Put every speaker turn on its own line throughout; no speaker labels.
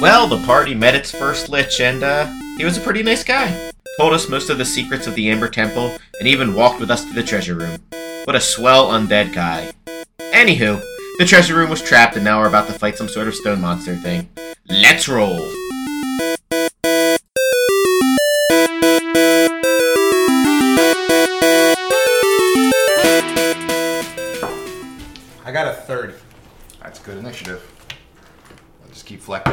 Well, the party met its first lich, and uh, he was a pretty nice guy. Told us most of the secrets of the Amber Temple, and even walked with us to the treasure room. What a swell undead guy. Anywho, the treasure room was trapped, and now we're about to fight some sort of stone monster thing. Let's roll!
I got a 30.
That's good initiative. I'll just keep Fleck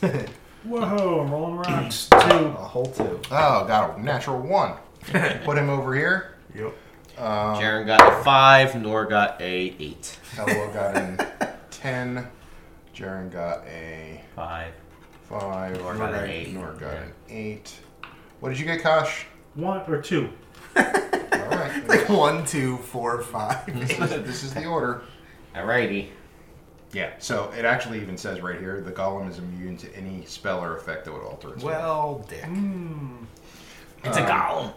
there.
Whoa, I'm rolling rocks. Two.
A whole two.
Oh, got a natural one. Put him over here. Um,
Yep.
Jaren got a five, Nor got a eight.
Hello got an 10. Jaren got a
Five.
5.
Nor got an eight.
Nor got
Yeah.
an 8. What did you get, Kosh?
One or two.
All right.
Like one, two, four, five.
this is the order.
Alrighty.
Yeah, so it actually even says right here the golem is immune to any spell or effect that would alter its
well, dick.
It's a golem.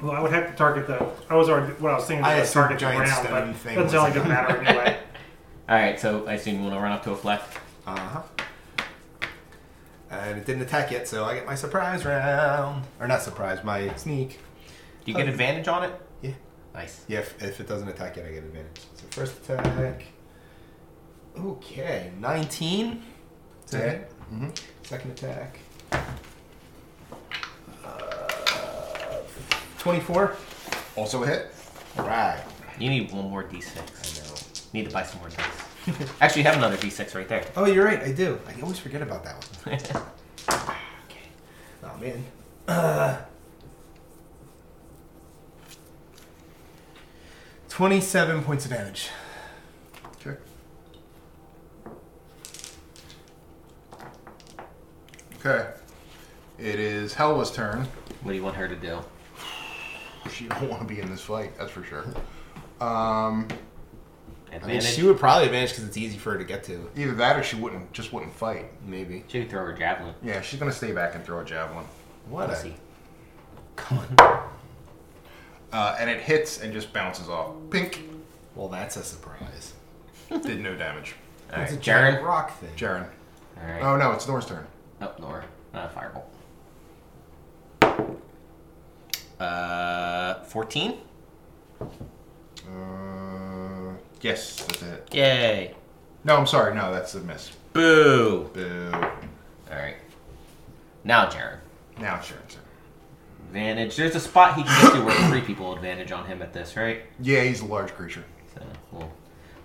Well, I would have to target the. I was already. What I was thinking
I
was target
assumed
the
giant
ground,
stone
but
thing
that's
was-
only gonna matter anyway.
Alright, so I assume you want to run up to a Fleck.
Uh huh. And it didn't attack yet, so I get my surprise round. Or not surprise, my sneak.
Do you get advantage on it?
Yeah.
Nice.
Yeah, if, if it doesn't attack yet, I get advantage. So first attack. Okay, 19. Is that it?
Mm-hmm.
Second attack. Uh, 24.
Also a hit.
All right.
You need one more d6. Need to buy some more dice. Actually, you have another d6 right there.
Oh, you're right, I do. I always forget about that one. Oh, man. Uh, 27 points of damage.
Okay. Okay. It is Helwa's turn.
what do you want her to do?
She don't want to be in this fight, that's for sure. Um,
I mean,
Advantage.
she would probably advantage because it's easy for her to get to,
either that or she wouldn't just wouldn't fight.
maybe.
She can throw her javelin.
Yeah, she's gonna stay back and throw a javelin.
What
Let's
a.
see.
Come on.
Uh, and it hits and just bounces off. Pink.
Well, that's a surprise.
Did no damage.
Alright,
It's a giant
Jaren.
rock thing.
Jaren.
Alright.
Oh no, it's Nor's turn.
Nope, Nora. Not a fireball. Uh, 14?
Uh, yes, that's it.
Yay.
No, I'm sorry. No, that's a miss.
Boo.
Boo.
Alright. Now, Jaren.
Now it's Jaren's turn.
Advantage. There's a spot he can get to where three people advantage on him at this, right?
Yeah, he's a large creature.
So we'll,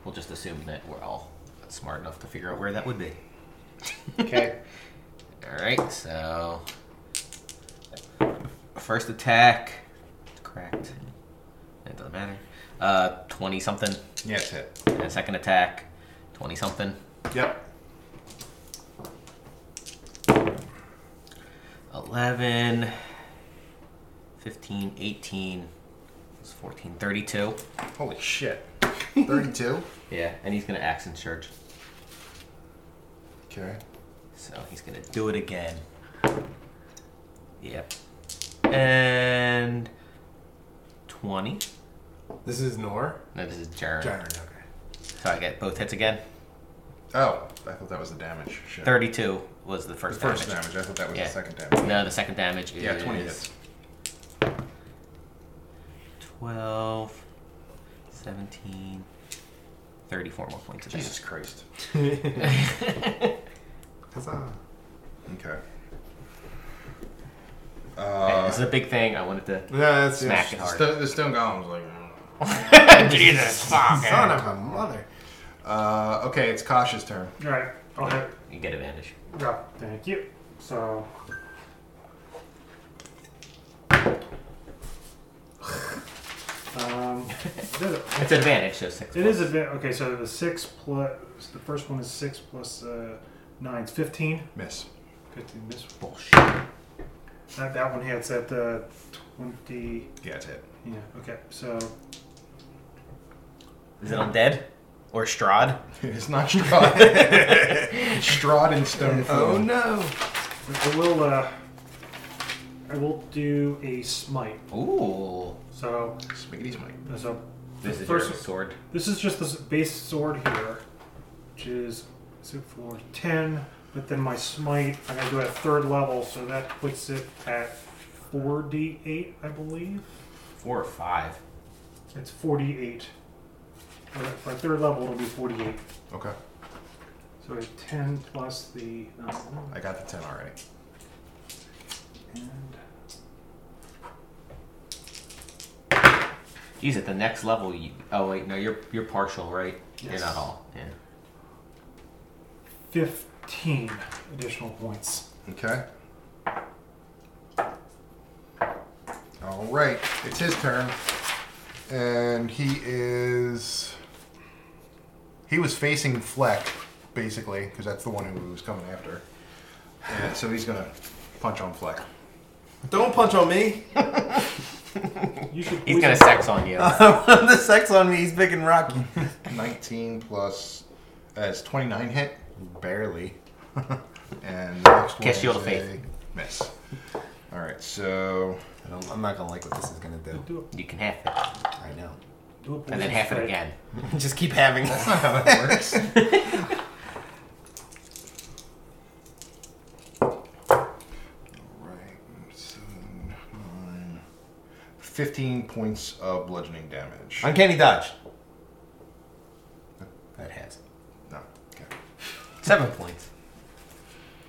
we'll just assume that we're all smart enough to figure out where that would be.
Okay.
Alright, so. First attack. Correct. It doesn't matter. Uh, 20 something.
yes, hit.
And second attack. 20 something.
Yep.
11, 15, 18, it's 14, 32.
Holy shit. 32.
Yeah, and he's going to axe and surge.
Okay.
So he's going to do it again. Yep. And 20.
This is Nor.
No, this is Jaren.
Jaren, okay.
So I get both hits again.
Oh, I thought that was the damage. Shit.
32 was the
The
first,
first
damage.
damage. I thought that was
Yeah.
the second damage.
No, the second damage is
Yeah, 20 hits.
12, 17, 34 more points of damage.
Jesus Christ.
Huzzah.
Okay.
Yeah,
Uh,
this is a big thing. I wanted to
Yeah, that's
smack it hard.
sto- the stone golem's like.
Jesus, fuck.
Son of a mother.
Uh, okay, it's Kasha's turn.
All right, I'll have.
You get advantage.
Yeah, thank you. So. Um,
It's advantage, so six.
it is a bit okay. So the six plus the first one is six plus uh, nine. It's fifteen.
Miss.
Fifteen. This
bullshit.
that that one hits at uh, twenty.
Yeah, it's hit.
Yeah. Okay. So
Is it undead or Strahd?
it's not Strahd. Strahd and stone.
Oh
form.
no.
I will. Uh, I will do a smite.
Ooh,
So
Smiggity smite.
so
this is your
first
sword.
This is just the base sword here, which is six, four, ten. But then my smite, I gotta do it at third level, so that puts it at 4d8, I believe.
Four or five.
It's 48. For, for third level, it'll be 48.
Okay.
So it's 10 plus the. Um,
I got the 10 already.
and
Geez, at the next level, you. Oh wait, no, you're you're partial, right? You're
Yes.
not all. Yeah.
15 additional points.
Okay. All right, it's his turn, and he is. He was facing Fleck, basically, because that's the one who was coming after. And so he's gonna punch on Fleck.
Don't punch on me.
You should.
He's
we
gonna
should-
sex on you.
the sex on me. He's picking Rocky.
19 plus. That's 29 hit? Barely. and the next
Cast Shield
is
of Faith.
a Miss. All right, so.
I don't, I'm not gonna like what this is gonna do.
Do
You can half it,
I know.
a, do a
and then
poison
half it
strike.
again.
Just keep having.
That's not how that works. Alright, seven, nine, 15 points of bludgeoning damage.
Uncanny dodge. That has.
No. Okay.
Seven points.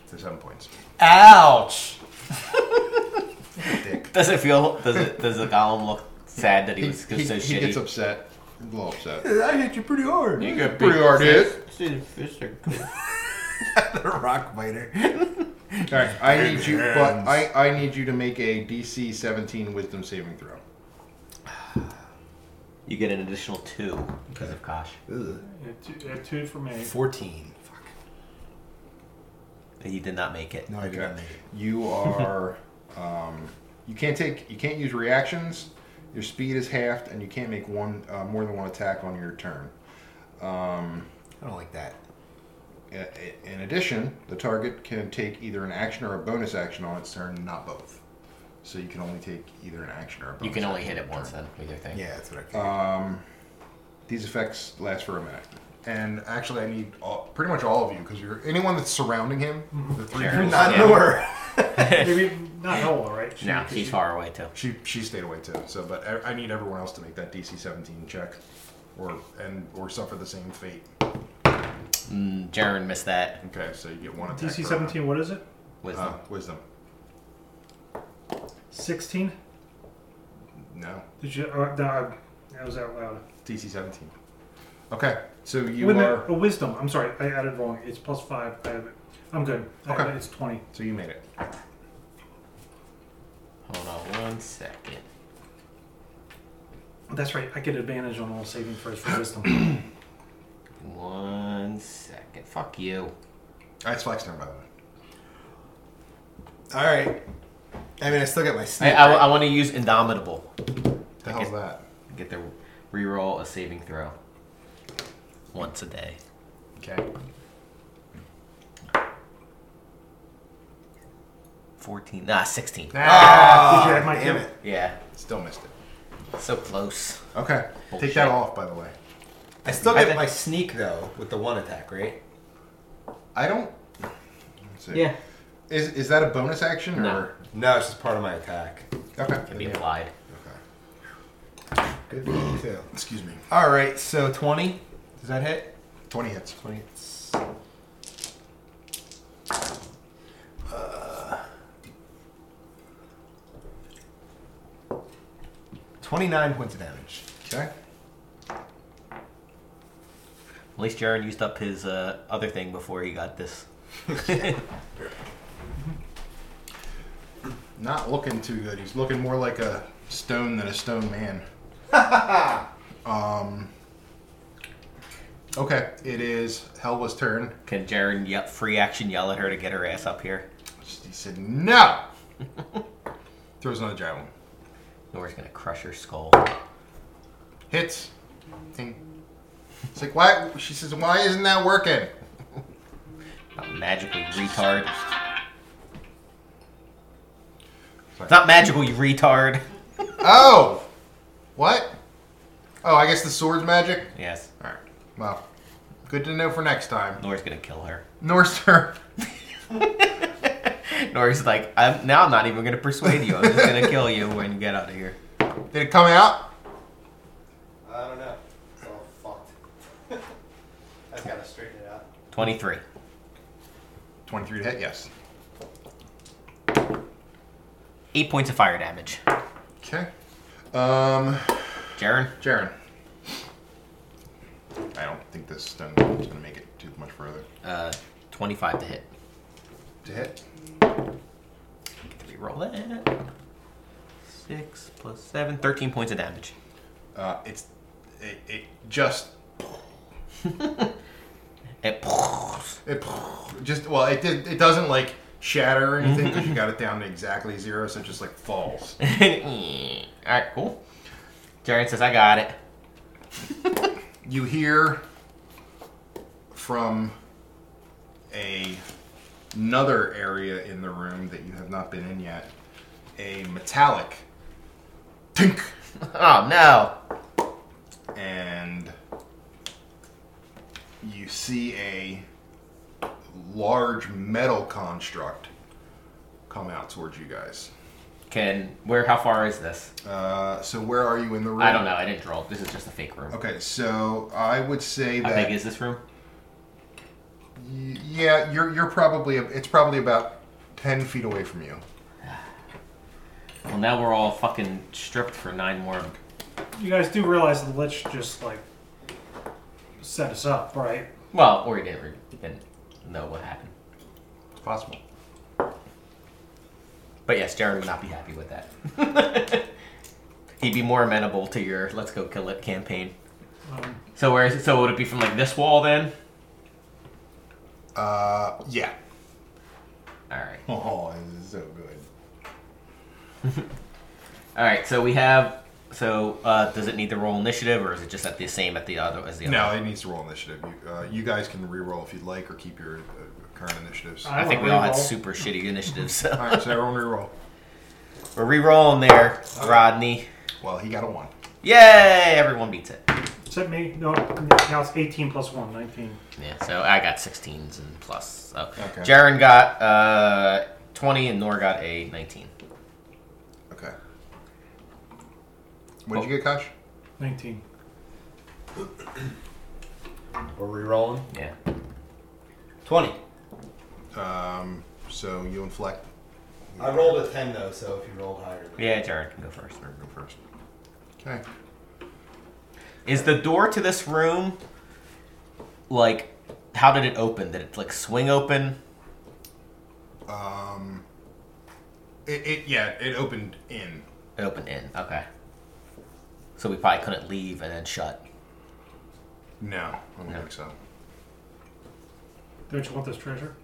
So seven points.
Ouch.
Dick.
Does it feel? Does it? Does the golem look sad that he was so shitty?
he gets upset. A little upset.
I hit you pretty hard.
You get pretty hard hit.
the rock biter.
Alright, I need you but I, I need you to make a DC seventeen wisdom saving throw.
You get an additional two because of Kosh.
Ugh.
At two, at two for me.
Fourteen. Fuck.
He did not make it.
No, I did not make it.
You are. um, you can't take. You can't use reactions. Your speed is halved, and you can't make one uh, more than one attack on your turn. Um,
I don't like that.
i- i- in addition, the target can take either an action or a bonus action on its turn, not both. So you can only take either an action or a bonus.
You can only
action
hit it
on your
once
turn.
then with your thing.
Yeah, that's what I. Can.
Um, these effects last for a minute. And actually, I need all, pretty much all of you because you're anyone that's surrounding him. The three
Sure.
people
not
yeah.
nor.
Maybe not Nola, right? She-
No, she's far away too.
She she stayed away too. So, but e, I, I need everyone else to make that DC 17 check, or and or suffer the same fate.
Mm, Jaren missed that.
Okay, so you get one attack.
DC
per
17, what is it?
Wisdom.
round. Uh, wisdom.
16?
No,
Did you? Uh, no, I, that was out loud.
DC 17. Okay, so you
Wait a minute,
are.
a wisdom. I'm sorry, I added wrong. It's plus five. I have it. I'm good. I have
Okay.
it. It's 20.
So you made it.
Hold on one second.
That's right. I get advantage on all saving throws for wisdom.
One second. Fuck you.
Uh, It's Flex turn, by the way.
All right. I mean, I still got my
I,
sneak.
I, want to use Indomitable.
The hell's that?
Get the reroll a saving throw once a day.
Okay.
14. Nah, 16.
Ah,
Did you add my
damn
two?
it.
Yeah.
Still missed it.
So close.
Okay, take
Bullshit.
that off, by the way.
I still
I
got
think-
my sneak though with the one attack, right?
I don't. Let's see. Is is that a bonus action
No.
or?
No, it's just part of my attack.
Okay.
Can be applied.
Okay.
Good for you too.
Excuse me.
All right, so twenty. Does that hit?
Twenty hits.
Twenty. Uh, Twenty-nine points of damage.
Okay.
At least Jaren used up his uh, other thing before he got this.
Not looking too good. He's looking more like a stone than a stone man. um. Okay, it is Helva's turn.
Can Jaren ye- free action yell at her to get her ass up here?
He said, "No." Throws another javelin.
Nora's gonna crush her skull.
Hits. Ting. It's like, why? She says, "Why isn't that working?"
Not magically retard. It's not magical, you retard.
Oh, what? Oh, I guess the sword's magic.
Yes.
All right. Well, good to know for next time.
Nora's gonna kill her.
Norse turn.
Nori's like, I'm, now I'm not even going to persuade you. I'm just going to kill you when you get out of here.
Did it come out?
I don't know. It's all fucked. I've got to straighten it out.
23.
23 to hit, yes.
Eight points of fire damage.
Okay. Um,
Jaren?
Jaren. I don't think this stone is going to make it too much further.
Uh, 25 to hit.
To hit?
Get to reroll it. Six plus seven. 13 points of damage.
Uh, it's. It, it just.
It,
It just. Well, it, did, it doesn't, like, shatter or anything
Mm-hmm.
because you got it down to exactly zero, so it just, like, falls.
Alright, cool. Jaren says, I got it.
you hear from a another area in the room that you have not been in yet a metallic tink
Oh, no.
and you see a large metal construct come out towards you guys
Can, where, how far is this?
uh, so where are you in the room
I don't know. I didn't draw. This is just a fake room.
okay so i would say
How
that
big is this room?
Y- Yeah, you're you're probably it's probably about ten feet away from you.
Well, now we're all fucking stripped for nine more.
You guys do realize the Lich just like set us up, right?
Well, or you didn't, re- you didn't know what happened.
It's possible.
But yes, Jared would not be happy with that. He'd be more amenable to your "Let's go kill it" campaign.
Um,
So where is it? So would it be from like this wall then?
Uh, yeah.
All right,
Oh, this is so good.
all right. So we have. So uh, does it need to roll initiative, or is it just at the same at the other as the
No,
other?
it needs to roll initiative. You, uh, you guys can re-roll if you'd like, or keep your uh, current initiatives.
I
I think we
wanna
all had
re-roll.
super shitty initiatives.
All
So.
right, so everyone re-roll.
We're re-rolling there, Rodney.
Well, he got a one.
Yay! Everyone beats it.
Except me. No, now it's 18 plus 1, 19.
Yeah, so I got 16s and plus. So
Okay.
Jaren got uh, 20 and Nor got a 19.
Okay. What did you get, Kosh?
19.
We're re-rolling? Yeah.
20.
Um, so you and Fleck
I rolled a 10 though, so if you rolled higher. Than
Yeah, Jaren can go first.
are go first. Okay.
Is the door to this room, like, how did it open? Did it, like, swing open?
Um, it, it yeah, it opened in.
It opened in. Okay. So we probably couldn't leave and then shut.
No, I don't
No.
think so.
Don't you want this treasure?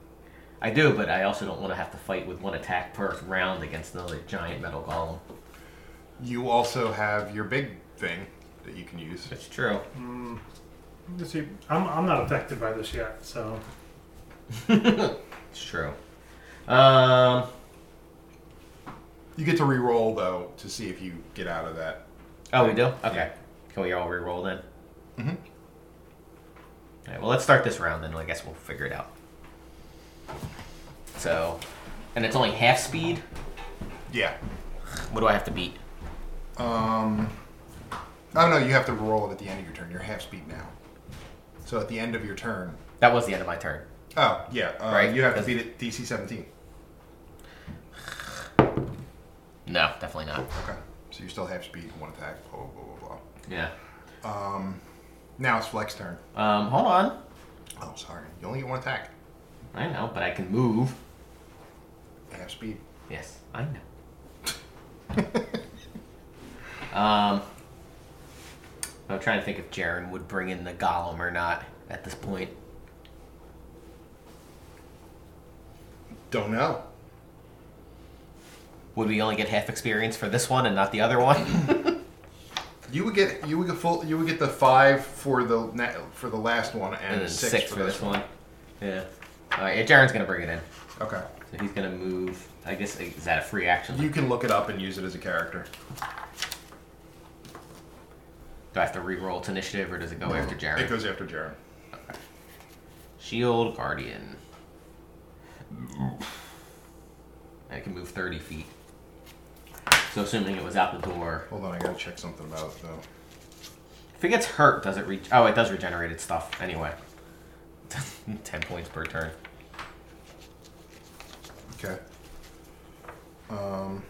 I do, but I also don't want to have to fight with one attack per round against another giant metal golem.
You also have your big thing that you can use.
That's true.
Let's see. I'm, I'm not affected by this yet, so.
It's true. Um,
You get to re-roll though to see if you get out of that.
Oh, we do? Okay. Can we all re-roll then? Mm-hmm. All right, well, let's start this round then. I guess we'll figure it out. So, and it's only half speed.
Yeah.
What do I have to beat?
Um. Oh no, you have to roll it at the end of your turn. You're half speed now. So at the end of your turn.
That was the end of my turn.
Oh yeah. Uh,
Right.
You have to
That's-
beat it DC 17.
No, definitely not.
Okay. So you're still half speed, one attack. Blah blah blah blah. blah.
Yeah.
Now it's Flex turn.
Um, hold on.
Oh sorry. You only get one attack.
I know, but I can move.
Half speed.
Yes, I know. um, I'm trying to think if Jaren would bring in the golem or not at this point.
Don't know.
Would we only get half experience for this one and not the other one?
You would get you would get full you would get the five for the na- for the last one and,
and then
six, for, this one.
Yeah. All right. Yeah, Jaren's gonna bring it in.
Okay.
So he's gonna move. I guess is that a free action?
You can look it up and use it as a character.
Do I have to re-roll its initiative, or does it go after Jaren?
It goes after Jaren.
Shield Guardian. And it can move 30 feet. So assuming it was out the door.
Hold on, I gotta check something about it though.
If it gets hurt, does it re Oh, it does regenerate its stuff anyway. 10 points per turn.
Okay. Um.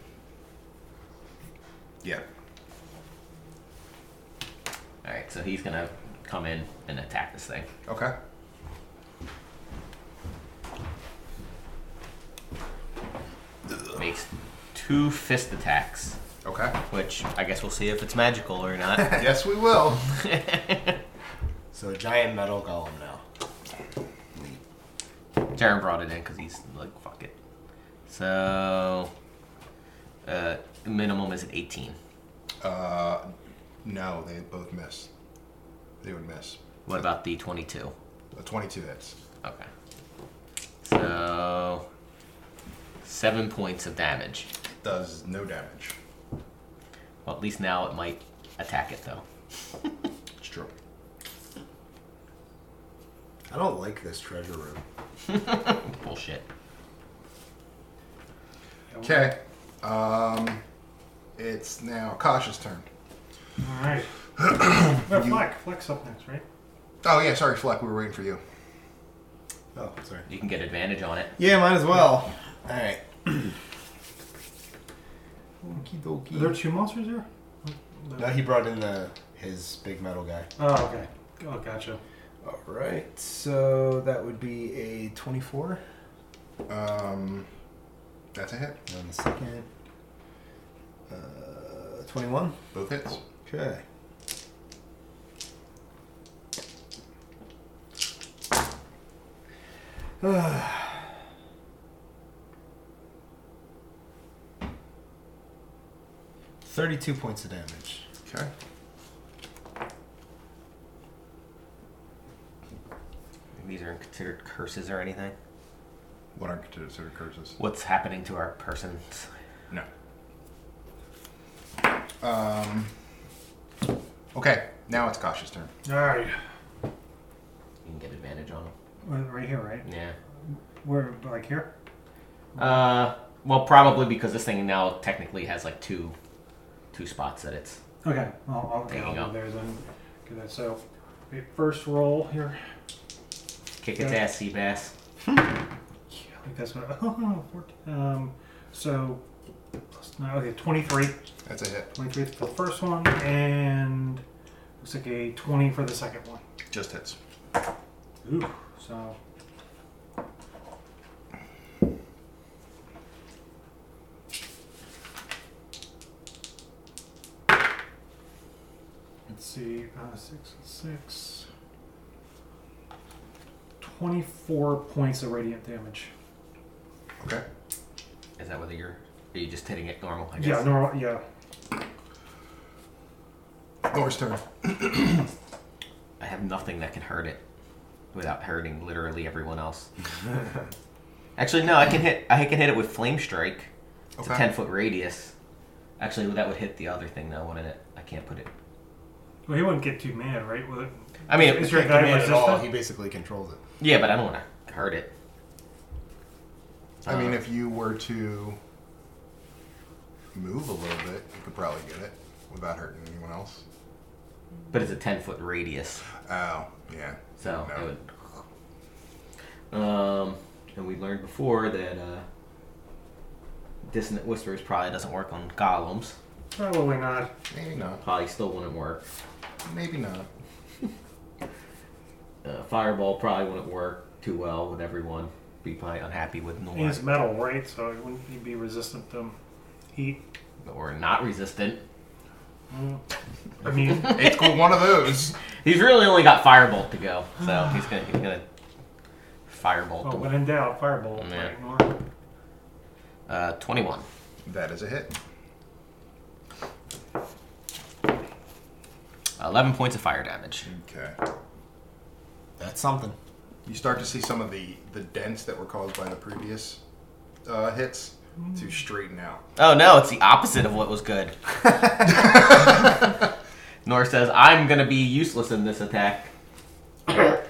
Yeah.
Alright, so he's gonna come in and attack this thing.
Okay.
Makes two fist attacks,
Okay.
which I guess we'll see if it's magical or not.
yes, we will.
So giant metal golem now.
Jaren brought it in because he's like, fuck it. So, uh, minimum is at 18.
Uh, no, they both miss. They would miss.
What about the 22?
A 22 hits.
Okay. So, seven points of damage.
Does no damage.
Well, at least now it might attack it though.
It's true.
I don't like this treasure room.
Bullshit.
Okay. Um, it's now Kasha's turn.
Alright. no, Fleck. Fleck's up next, right?
Oh yeah, sorry, Fleck. We were waiting for you.
Oh, sorry.
You can get advantage on it.
Yeah, might as well. All right. Okie dokie.
Are there two monsters here?
No, he brought in the his big metal guy.
Oh, okay. Oh, gotcha.
All right, so that would be a twenty-four
Um, that's a hit.
on the second. Uh, twenty-one.
Both hits.
Okay. Thirty-two points of damage.
Okay.
These aren't considered curses or anything.
What aren't considered curses?
What's happening to our persons?
No. Um. Okay, now it's Kasha's turn.
Alright.
You can get advantage on
Right here, right?
them. Yeah.
Where, like here?
Uh, well, probably because this thing now technically has like two, two spots that it's.
Okay, well, I'll, okay,
There you
I'll
go.
go there then. Okay, that's- so, okay, first roll here.
Kick its
Yeah.
ass, sea bass.
Yeah, I think that's what. Oh, 14. Um, so, plus nine, okay, 23.
That's a hit.
23 for the first one, and looks like a 20 for the second one.
Just hits.
Ooh, so. Let's see, uh, six, six. 24 points of radiant damage.
Okay.
Is that whether you're? Are you just hitting it normal? I guess?
Yeah, normal, yeah.
Thor's turn.
I have nothing that can hurt it without hurting literally everyone else. Actually, no, I can hit. I can hit it with flame strike. It's a
Okay.
ten foot radius. Actually, that would hit the other thing though, wouldn't it? I can't put it.
Well, he wouldn't get too mad, right? With it?
I mean,
Is
He
your
can't
guy
command it at all.
resistant?
He basically controls it.
yeah, but I don't want to hurt it.
I mean,
Uh,
if you were to move a little bit, you could probably get it without hurting anyone else.
but it's a ten foot radius,
Oh, yeah.
so
No.
it would. Um, and we learned before that uh, dissonant whispers probably doesn't work on golems.
Probably not.
Maybe not.
Probably still wouldn't work.
Maybe not.
uh, Fireball probably wouldn't work too well with everyone. Be probably unhappy with
And It's
noise
metal, right? So it wouldn't he'd be resistant to heat.
or not resistant.
I mean,
It's cool, one of those.
He's really only got Firebolt to go, so he's gonna he's gonna Firebolt.
well,
the
when in doubt, fireball.
Yeah.
Right? Nor-
Uh, Twenty-one.
That is a hit.
Eleven points of fire damage.
Okay.
That's something.
You start to see some of the the dents that were caused by the previous uh, hits to straighten out.
Oh no, it's the opposite of what was good. Nor says I'm gonna be useless in this attack.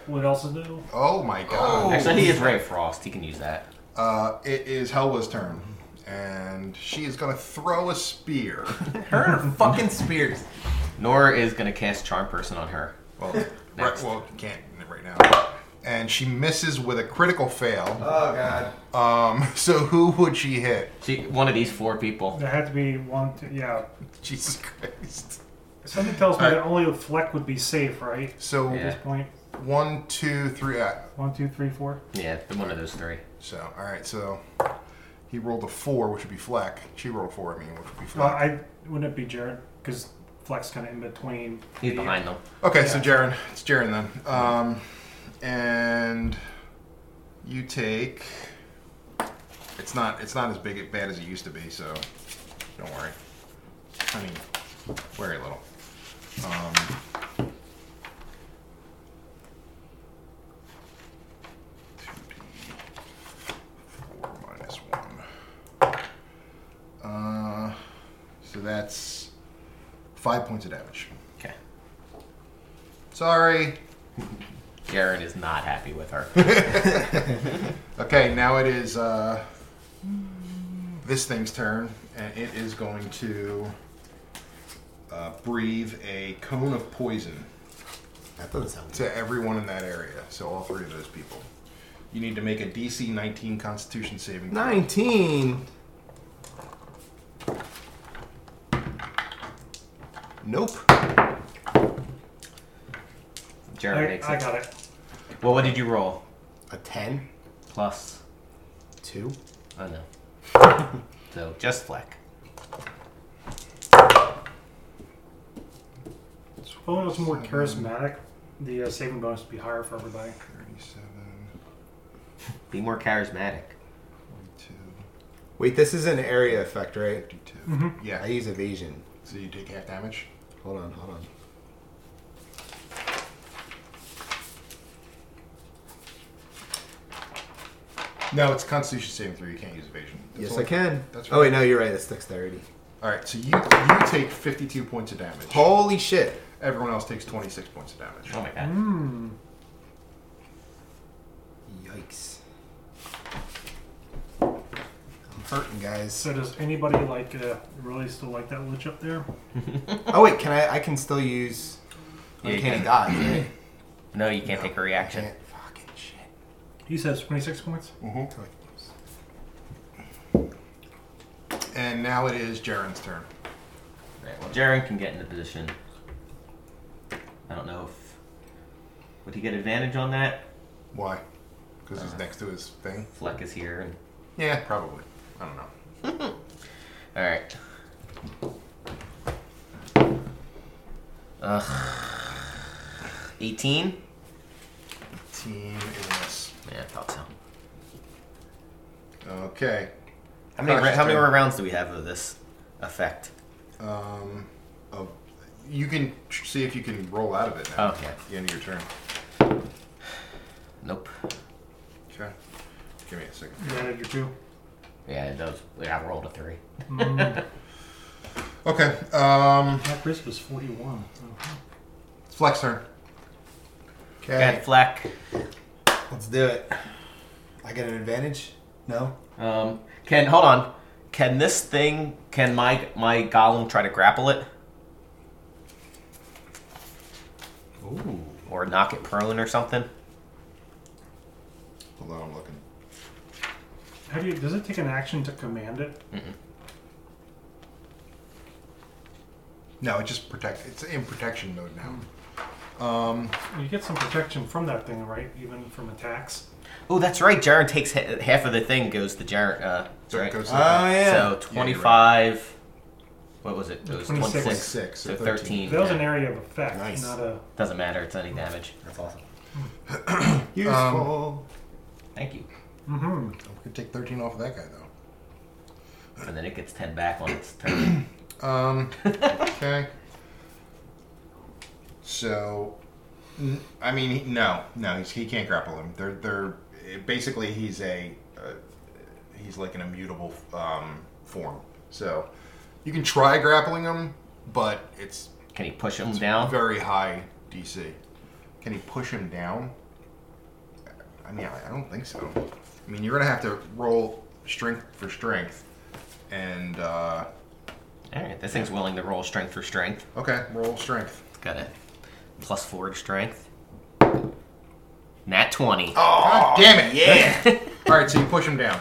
What else is new?
Oh my god. Oh.
Actually, he is Ray of Frost. He can use that.
Uh, it is Helwa's turn, and she is going to throw a spear.
Her and her fucking spears. Nora is gonna cast charm person on her.
Well, right,
Next.
well, you can't right now. And she misses with a critical fail.
Uh.
Oh god.
Um, so who would she hit?
She one of these four people.
There had to be one. Two, yeah.
Jesus Christ.
Something tells me
All right.
that only Fleck would be safe, right?
So
At this
Yeah.
point,
one, two, three. Uh,
one, two, three, four.
Yeah, the one of those three.
so all right. So he rolled a four, which would be Fleck. She rolled a four. I mean, which would be
Well,
Fleck.
I wouldn't it be Jared because Fleck's kind of in between.
He's behind them.
Okay, so
Yeah.
Jaren. It's Jaren then. Um, and you take. It's not. It's not as big a bad as it used to be. So don't worry. I mean, very little. Um, four minus one. Uh, so that's five points of damage.
Okay.
Sorry.
Jaren is not happy with her.
Okay, now it is uh, this thing's turn, and it is going to uh, breathe a cone of poison
That doesn't sound good.
to everyone in that area. So all three of those people. You need to make a DC 19 Constitution saving. throw.
19.
Nope.
Jaren
I,
makes
I
it.
got it.
Well, what did you roll?
A 10.
Plus,
2.
I know. so just Fleck.
Well, it was Oh, more charismatic. The uh, saving bonus would be higher for everybody.
37,
Be more charismatic.
42,
Wait, this is an area effect, right?
52.
I
Yeah.
use evasion.
So you take half damage.
Hold on, hold on.
No, it's Constitution saving throw. You can't use evasion. That's
yes,
all-
I can.
That's
Oh,
right.
wait, no, you're right. That's dexterity.
All right. So you you take 52 points of damage.
Holy shit.
Everyone else takes 26 points of damage.
Oh my god.
Mm-hmm. Hmm.
Yikes. I'm hurting, guys.
So does anybody like uh, really still like that lich up there?
Oh, wait, can I? I can still use
Yeah, you
Uncanny
can.
Dodge, right?
No, you can't take a reaction.
Can't. Fucking shit.
He says twenty six points.
Mm-hmm. And now it is Jaren's turn.
Right, well, Jaren can get into position. I don't know if would he get advantage on that.
Why? Because he's next to his thing.
Fleck is here. And,
Yeah, probably. I don't know.
all right. Ugh. Eighteen.
Team is
Yeah, I thought so.
okay.
How many
Crush
ra- how many
turn.
more rounds do we have of this effect?
Um, oh, you can tr- see if you can roll out of it now.
Okay.
At the end of your turn.
Nope.
Okay. Give me a second.
You added your two.
Yeah, it does. Yeah, I rolled a three.
Hmm.
Okay. Um,
That risk was forty one.
flex turn.
Got
Okay,
Fleck.
let's do it. I get an advantage? No?
Um, can hold on. Can this thing? Can my my golem try to grapple it? Ooh. Or knock it prone or something?
Hold on, I'm looking.
How do you? Does it take an action to command it?
No, it just protect. It's in protection mode now.
You get some protection from that thing, right? Even from attacks.
Oh, that's right. Jaren takes ha- half of the thing goes to Jaren. Uh,
So
right.
it goes
Oh,
to the-
So
yeah.
twenty five. What was it? It was
26.
26.
Six,
So
so
13.
That was an area of effect,
Nice.
not a.
Doesn't matter. It's any damage.
That's awesome. Useful.
Thank you.
mm-hmm.
We could take 13 off of that guy though.
And then it gets 10 back on its turn.
Um, okay. So, n- I mean, he- no, no, he's, he can't grapple him. They're they're basically he's a uh, he's like an immutable um, form. So you can try grappling him, but it's
Can he push him down?
very high DC. Can he push him down? I mean, I, I don't think so. I mean, you're gonna have to roll strength for strength, and uh,
All right, this thing's willing to roll strength for strength.
okay, roll strength.
It's got a plus four to strength. Nat twenty.
Oh, God damn it!
yeah.
All right, so you push him down.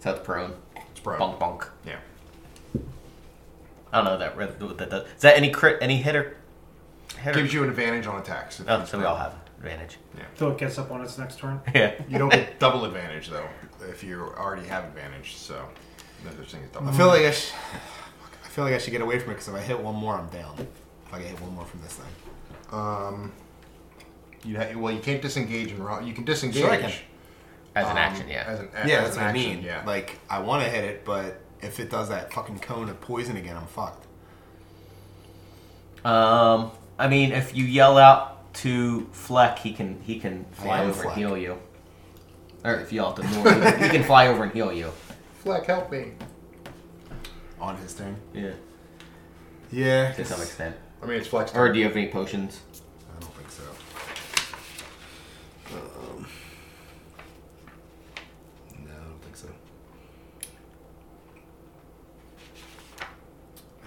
so it's prone.
It's prone.
Bonk bonk.
Yeah.
I don't know that. What that does. Is that any crit? Any hitter? hitter?
Gives you an advantage on attacks. if
Oh,
it's
so we all have advantage.
Till it gets up on its next turn.
Yeah.
You don't get double advantage though if you already have advantage. So no such thing as double.
I feel like I, sh- I feel like I should get away from it because if I hit one more, I'm down. If I get hit one more from this thing,
Um, you ha- well, you can't disengage and roll. You can disengage
Sure I can.
As an
um,
action, yeah.
As an a-
yeah,
as
that's
an
what I
action,
mean.
Yeah.
Like I want to hit it, but if it does that fucking cone of poison again, I'm fucked.
Um, I mean, if you yell out to Fleck, he can he can fly
am
over
Fleck.
and heal you. Or if you yell out to Nor, he can fly over and heal you.
Fleck, help me.
On his turn.
Yeah,
Yeah.
to some extent.
I mean, it's Fleck's
Or do you have any potions?
I don't think so. Um, no, I don't think so.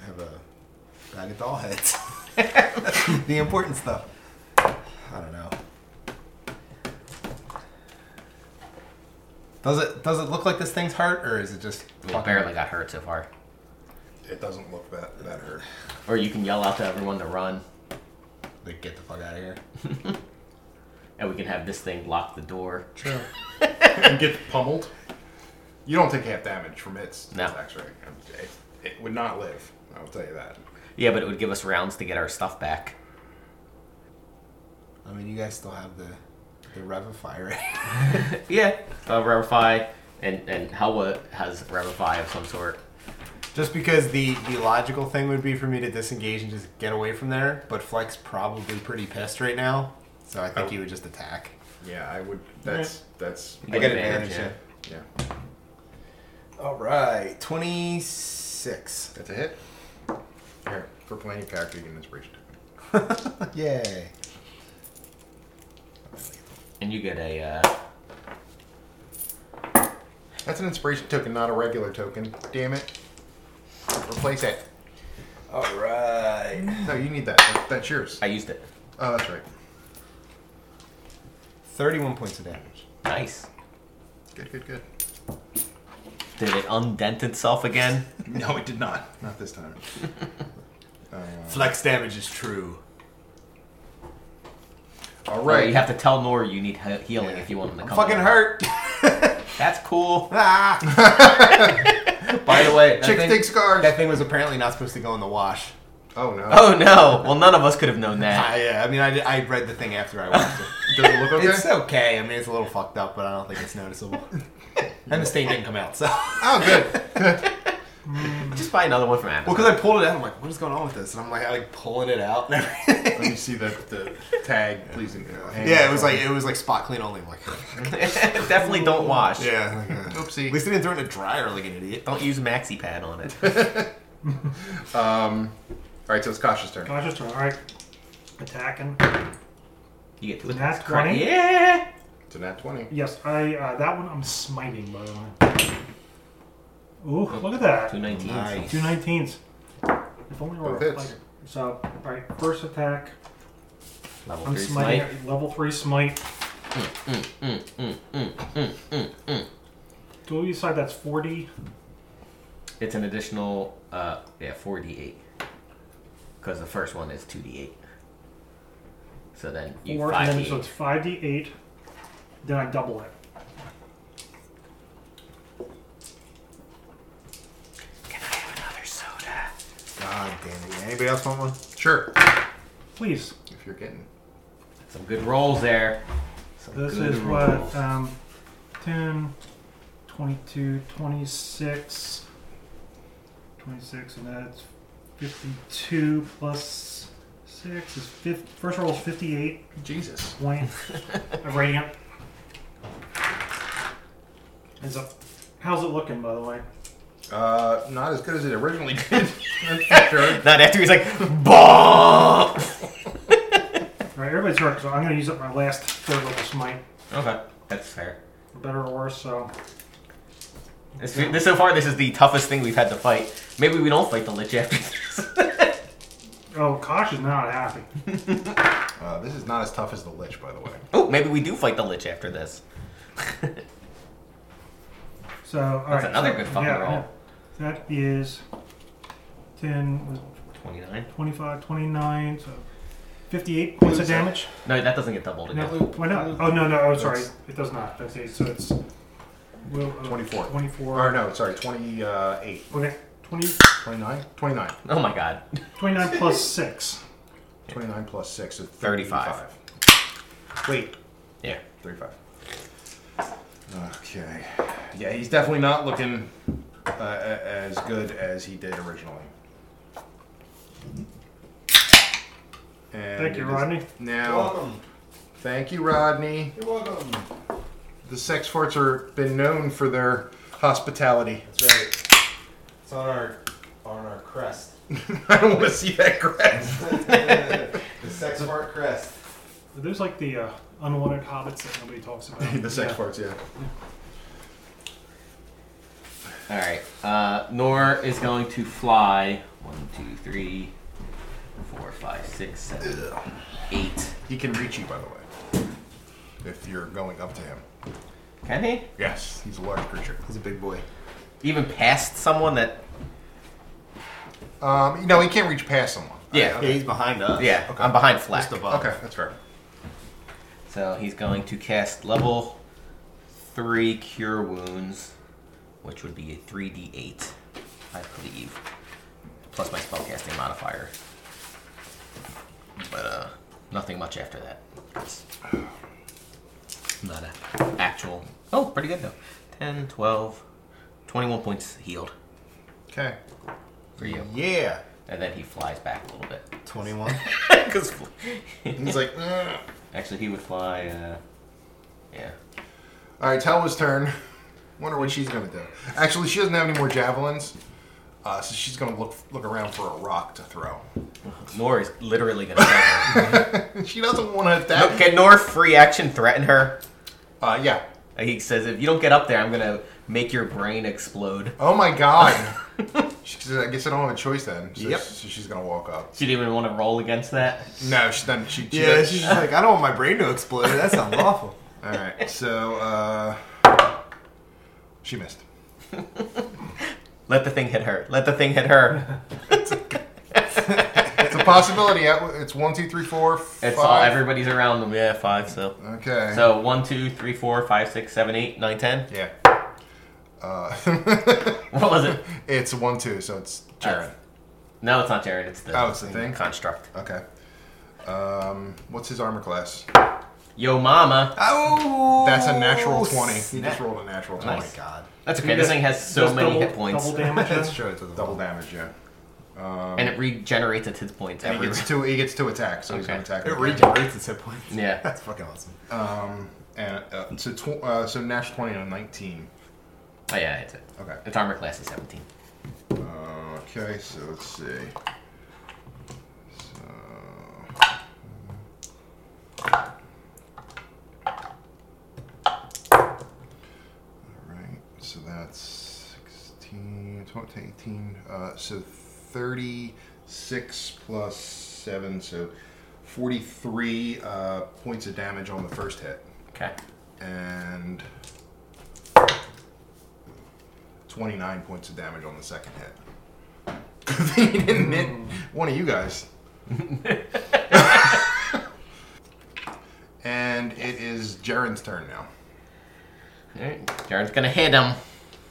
I have a bag of doll heads. the important stuff. I don't know. Does it does it look like this thing's hurt, or is it just
Well, barely got hurt so far.
It doesn't look that that hurt.
Or you can yell out to everyone to run,
like get the fuck out of here?
and we can have this thing lock the door.
True. and get pummeled. You don't take half damage from its
No.
attacks, right? It, it would not live. I will tell you that.
Yeah, but it would give us rounds to get our stuff back.
I mean, you guys still have the the revifier.
Yeah, uh, rarefy, and and Helwa has rarefy of some sort.
Just because the, the logical thing would be for me to disengage and just get away from there, but Fleck's probably pretty pissed right now, so I think he would just attack.
Yeah, I would. That's that's.
You get advantage,
Yeah,
All right, twenty six.
that's a hit. Here, for playing your character, you get an inspiration.
Yay!
And you get a uh,
That's an inspiration token, not a regular token. Damn it. Replace it.
All right,
No, you need that. That- That's yours.
I used it.
Oh, that's right.
thirty one points of damage.
Nice.
Good, good, good.
Did it undent itself again?
No, it did not. Not this time. Uh,
Flex damage is true. Oh,
all
Right.
right.
you have to tell Nor you need he- healing if you want him to
I'm
come.
fucking
over.
hurt.
That's cool.
ah!
By the way, that
Chicks
thing-
take scars.
That thing was apparently not supposed to go in the wash.
oh no.
Oh no! Well, none of us could have known that.
Ah, yeah, I mean, I, did- I read the thing after I watched it.
Does it look okay?
It's okay. I mean, it's a little fucked up, but I don't think it's noticeable. and the stain didn't come out, so.
oh, good.
Just buy another one from
Well,
Amazon.
because I pulled it out, I'm like, what is going on with this? And I'm like, I like pulling it out. And
Let me
everything.
see the, the tag, please. you know, hang
yeah,
on.
it was like it was like spot clean only. I'm like,
Definitely don't wash.
yeah. Like, uh,
Oopsie.
At least I didn't throw it in a dryer like an idiot. Oh,
Don't use maxi pad on it.
Um. All right, so it's Kasha's turn.
Gosh, it's all right. Attacking.
You get to it.
That's
Cra-
funny.
Yeah.
It's a nat twenty.
Yes, I uh, that one I'm smiting by the way. Ooh, look at that.
Two nineteen.
Nice.
Two 19s. If only we were
Both
a
hits.
fighter. So, alright, first attack.
Level
I'm
three
smiting
smite.
at level 3 smite. Do we decide that's 40?
It's an additional uh yeah four d eight because the first one is two d eight. So then you
Four,
five
and then,
d
so it's
eight.
5d8. Then I double it.
Can I have another soda?
God damn it! Anybody else want one?
Sure.
Please.
If you're getting.
Some good rolls there. Some
This
good
is
rolls.
what um, 10, 22, 26, 26, and that's 52 plus 6 is 50. First roll is 58
Jesus.
point of radiant. Is up. How's it looking, by the way?
Uh, not as good as it originally did. That's for sure.
Not after he's like, BOOM!
All right, everybody's hurt, so I'm going to use up my last third level smite.
Okay. That's fair.
For better or worse, so
This, this- so far, this is the toughest thing we've had to fight. Maybe we don't fight the lich after this.
oh, Kosh is not happy.
Uh, this is not as tough as the Lich, by the way.
oh, maybe we do fight the lich after this.
So all right,
That's another
so-
good fucking
yeah,
roll.
yeah. That is ten was
29?
25, 29, so fifty-eight points of
Lose it.
damage.
No, that doesn't get doubled again.
No, why not? Oh no, no, oh sorry,
That's-
it does not. That's eight, so it's will, uh,
24.
Twenty-four.
Or no, sorry, 28,
Okay, 20,
29? 29.
Oh my god.
29 plus six.
29 plus 6 is
35.
35. Wait,
Yeah.
35. Okay. Yeah, he's definitely not looking uh, a- as good as he did originally. And
Thank you,
it is
Rodney.
Now, thank you, Rodney.
You're welcome.
The sex forts are been known for their hospitality.
That's right. It's on our on our crest.
I don't want to see that grass.
the sex fart crest.
Are those like the uh, unwanted hobbits that nobody talks about?
the sex
Yeah.
forts, yeah.
Alright. Uh, Nor is going to fly. One, two, three, four, five, six, seven, eight.
He can reach you, by the way, if you're going up to him.
Can he?
Yes, he's a large creature.
He's a big boy.
Even past someone that.
Um, no, he can't reach past someone.
Yeah.
Yeah, he's behind us.
Yeah, I'm behind Flack.
Just above.
Okay, that's fair.
So he's going to cast level 3 Cure Wounds, which would be a 3d8, I believe, plus my spellcasting modifier. But uh, nothing much after that. It's not a actual. Oh, pretty good though. 10, 12, 21 points healed
Okay.
for you.
Yeah.
And then he flies back a little bit.
21.
'Cause-
He's like, "Ugh."
Actually, he would fly. Uh, yeah.
all right, Telwa's turn. Wonder what she's gonna do. Actually, she doesn't have any more javelins, uh, so she's gonna look look around for a rock to throw.
Nor is literally going to.
she doesn't want to
No,
attack.
can Nor free action threaten her?
Uh, yeah.
Uh, He says, if you don't get up there, I'm gonna make your brain explode.
Oh my god. she says, I guess I don't have a choice then. So,
Yep.
So she's gonna walk up.
She didn't even want to roll against that.
No, she's done. She, she
Yeah, she's just like, I don't want my brain to explode. That sounds awful.
All right. So uh, she missed.
Let the thing hit her. Let the thing hit her.
It's a possibility. It's one, two, three, four, five.
It's all everybody's around them. Yeah, five. So,
Okay.
so one, two, three, four, five, six, seven, eight, nine, ten.
yeah. Uh,
What was it? Uh,
it's one, two. So it's Jared.
No, it's not Jared. It's the
Oh, it's the thing?
construct.
Okay. Um, what's his armor class?
Yo, mama.
Oh!
That's a natural twenty. He
snap.
just rolled a natural
Oh
twenty.
my god.
That's okay. This
Just-
thing has so
just
many
double-
hit points,
Double damage.
That's
huh?
true. It's a double.
Double damage. Yeah.
and it regenerates its hit points
He
every.
gets two. He gets two attacks. So he's
Okay.
gonna attack.
It
again.
regenerates its hit points.
Yeah.
That's fucking awesome.
Um, and uh, so tw- uh, so natural twenty on nineteen.
Oh yeah, it's it.
Okay. Uh,
Its armor class is seventeen.
Okay, so let's see. So. Alright, so that's 16, 12 to 18. Uh, so 36 plus 7, so 43 uh, points of damage on the first hit.
Okay.
And. 29 points of damage on the second hit. Good thing he didn't hit one of you guys. and it is Jaren's turn now.
All right. Jared's gonna hit him.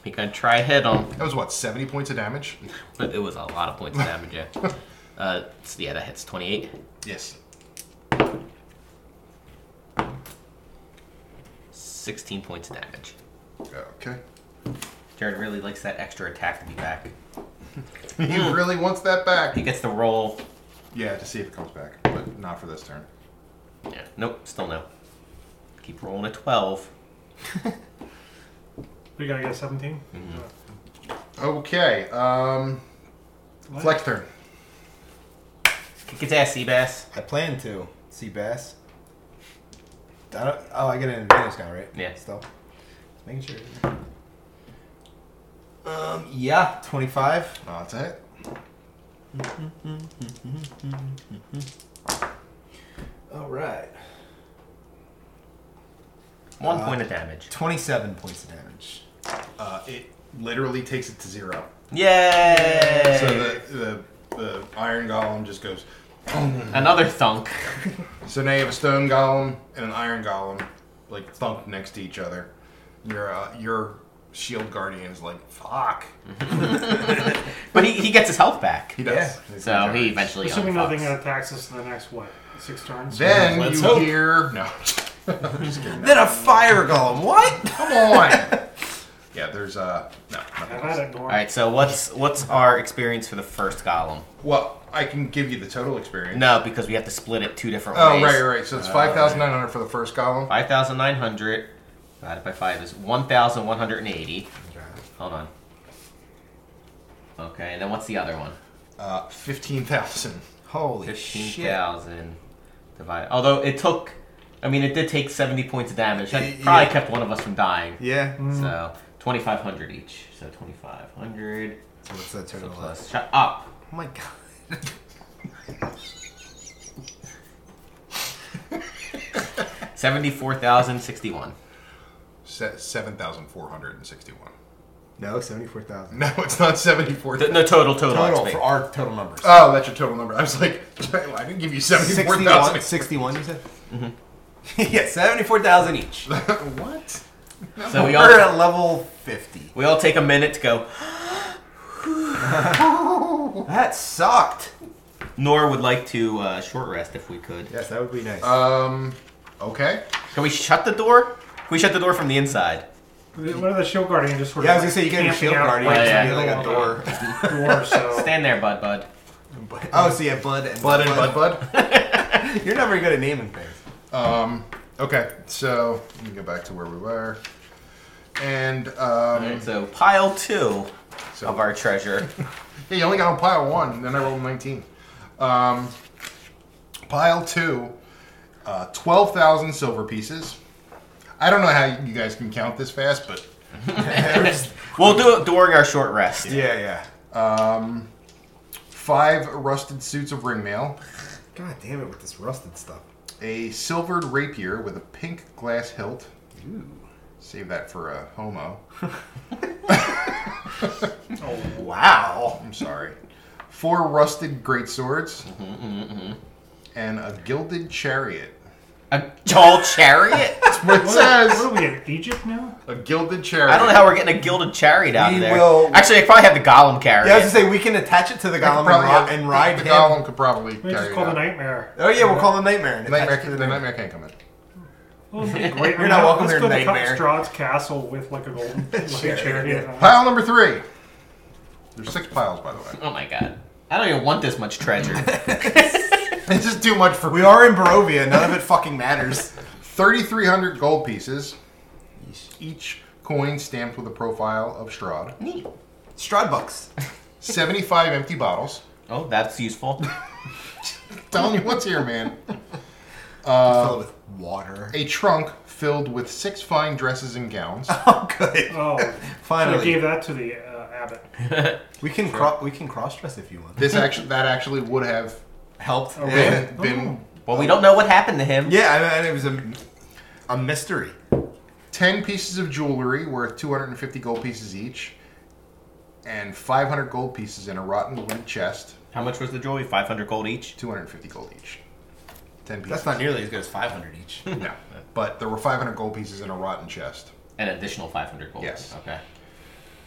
He gonna try hit him.
That was what, 70 points of damage?
But it was a lot of points of damage, yeah. Uh, so yeah, that hits 28.
Yes.
16 points of damage.
Okay.
Jared really likes that extra attack to be back.
He really wants that back.
He gets the roll.
Yeah, to see if it comes back, but not for this turn.
Yeah. Nope, still no. Keep rolling a 12.
We gotta get seventeen.
Okay, um,
What?
Flex turn.
Kick his ass, Seabass.
I plan to. See Bass? I don't, oh, I get an advantage now, right?
Yeah.
Still. Just making sure.
Um, yeah.
25.
No, that's it.
All right.
One
Uh,
Uh-huh.
point of damage.
27 points of damage.
Uh, it literally takes it to zero.
Yay!
So the, the the iron golem just goes.
Another thunk.
So now you have a stone golem and an iron golem, like thumped next to each other. Your uh, your shield guardian is like fuck.
But he, he gets his health back.
He does.
So he eventually
Assuming nothing
unfucks.
attacks us in the next, what, six turns?
Then
Let's
you
hope.
hear no. I'm just kidding.
Then a fire golem. What?
Come on. yeah, there's uh no. Nothing
Have
else.
at it, Norm.
All right. So what's what's our experience for the first golem?
Well, I can give you the total experience.
No, because we have to split it two different
Oh
ways.
right, right. So it's five thousand nine hundred for the first golem.
Five thousand nine hundred divided by five is one thousand one hundred and eighty. Hold on. Okay, and then what's the other one?
Uh, fifteen thousand.
Holy
Fifteen
shit.
thousand divided. Although it took, I mean, it did take seventy points of damage. That
Y-
probably
yeah.
kept one of us from dying.
Yeah.
So twenty five hundred each. So twenty five hundred
So what's that total left?
plus. Shut up.
Oh my god.
Seventy four thousand sixty one.
Se- seven thousand four hundred and sixty-one.
No, 74,000.
No, it's not seventy-four.
No total total.
Total
XP.
for our total numbers.
Oh, that's your total number. I was like, I didn't give you seventy-four
61,
thousand.
61 you said? Mm-hmm. yeah, 74,000 each.
what?
so we
We're
all
at level 50.
we all take a minute to go.
That sucked.
Nor would like to uh, short rest if we could.
Yes, that would be nice.
Um. Okay.
Can we shut the door? Can we shut the door from the inside?
What are the shield guardian just sort
yeah, I
of
was gonna say you can have a
camping
shield
out
guardian.
Yeah,
right
yeah.
in the
like
middle
a door.
of the door, so
Stand there, bud, bud.
oh, so yeah, blood and
Blood and blood, blood.
You're not very good at naming things.
um. Okay. So let me go back to where we were. And um.
Alright, so pile two
so-
of our treasure.
Yeah, you only got on pile one, and then I rolled 19. Um, pile two, uh, 12,000 silver pieces. I don't know how you guys can count this fast, but
we'll do it during our short rest.
Yeah, yeah.
Um, five rusted suits of ringmail,
God damn it with this rusted stuff.
a silvered rapier with a pink glass hilt.
Ooh.
Save that for a homo.
Wow.
I'm sorry. Four rusted greatswords, and a gilded chariot.
A tall chariot?
That's what it
What are, what
says.
are we in Egypt now?
A gilded chariot.
I don't know how we're getting a gilded chariot out
We
of there.
will-
Actually, I probably have the golem carry
Yeah, I was
it.
gonna say we can attach it to the golem and,
Probably-
ri- and ride
the
him.
golem could probably
We
carry
just
it
call the
out.
nightmare.
Oh yeah, we'll call him nightmare. And
The nightmare,
attach it to
the nightmare can't come in.
Oh, that'd be great.
You're not welcome
Let's
here,
go
nightmare.
to Kapstrad's castle with like a golden like,
Chariot.
chariot.
Pile number three. There's six piles, by the way.
Oh my god. I don't even want this much treasure.
This is too much for
We are in Barovia. None of it fucking matters.
3,300 gold pieces. Each coin stamped with a profile of Strahd.
Neat.
Strad bucks.
75 empty bottles.
Oh, that's useful.
Telling you what's here, man.
Filled with water.
A trunk filled with six fine dresses and gowns.
Oh, good.
Oh, I
Finally,
gave that to the uh, abbot.
we can cro- we can cross dress if you want.
This actually, that actually would have
Helped.
Oh,
Yeah.
really?
been, been
well, we don't know what happened to him.
Yeah, I mean, and it was a, a mystery.
10 pieces of jewelry worth 250 gold pieces each, and 500 gold pieces in a rotten wood chest,
How much was the jewelry? 500 gold each?
250 gold each. 10 pieces.
That's not nearly as good as 500 each.
No, but there were 500 gold pieces in a rotten chest,
An additional 500 gold.
Yes.
Okay.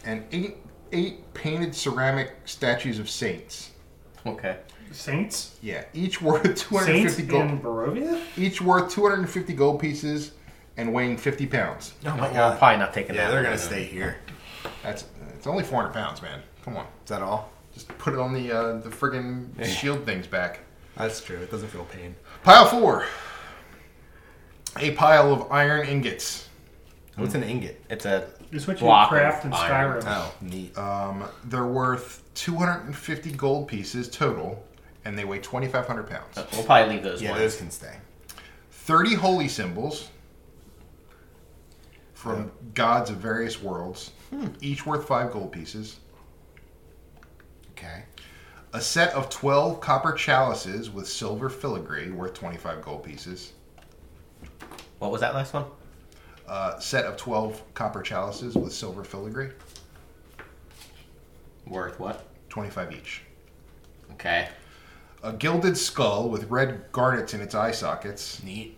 and eight eight painted ceramic statues of saints.
Okay.
Saints?
Yeah, each worth 250
Saints
gold.
in Barovia?
Each worth 250 gold pieces and weighing 50 pounds.
Oh my
Well, I'm probably not taking
Yeah,
that.
they're
one.
gonna stay here.
That's it's only 400 pounds, man. Come on,
Is that all?
just put it on the uh, the friggin' shield things back.
That's true. It doesn't feel pain.
Pile four. A pile of iron ingots.
What's an ingot?
It's a
It's what you
block
craft
of
in
iron.
Skyrim.
Oh, neat.
Um, they're worth 250 gold pieces total, and they weigh 2,500 pounds.
We'll probably leave those
yeah,
ones.
those can stay.
30 holy symbols, from gods of various worlds, each worth five gold pieces.
Okay.
A set of 12 copper chalices with silver filigree worth 25 gold pieces.
What was that last one?
Uh, set of 12 copper chalices with silver filigree,
Worth what?
25 each.
Okay.
A gilded skull with red garnets in its eye sockets
Neat.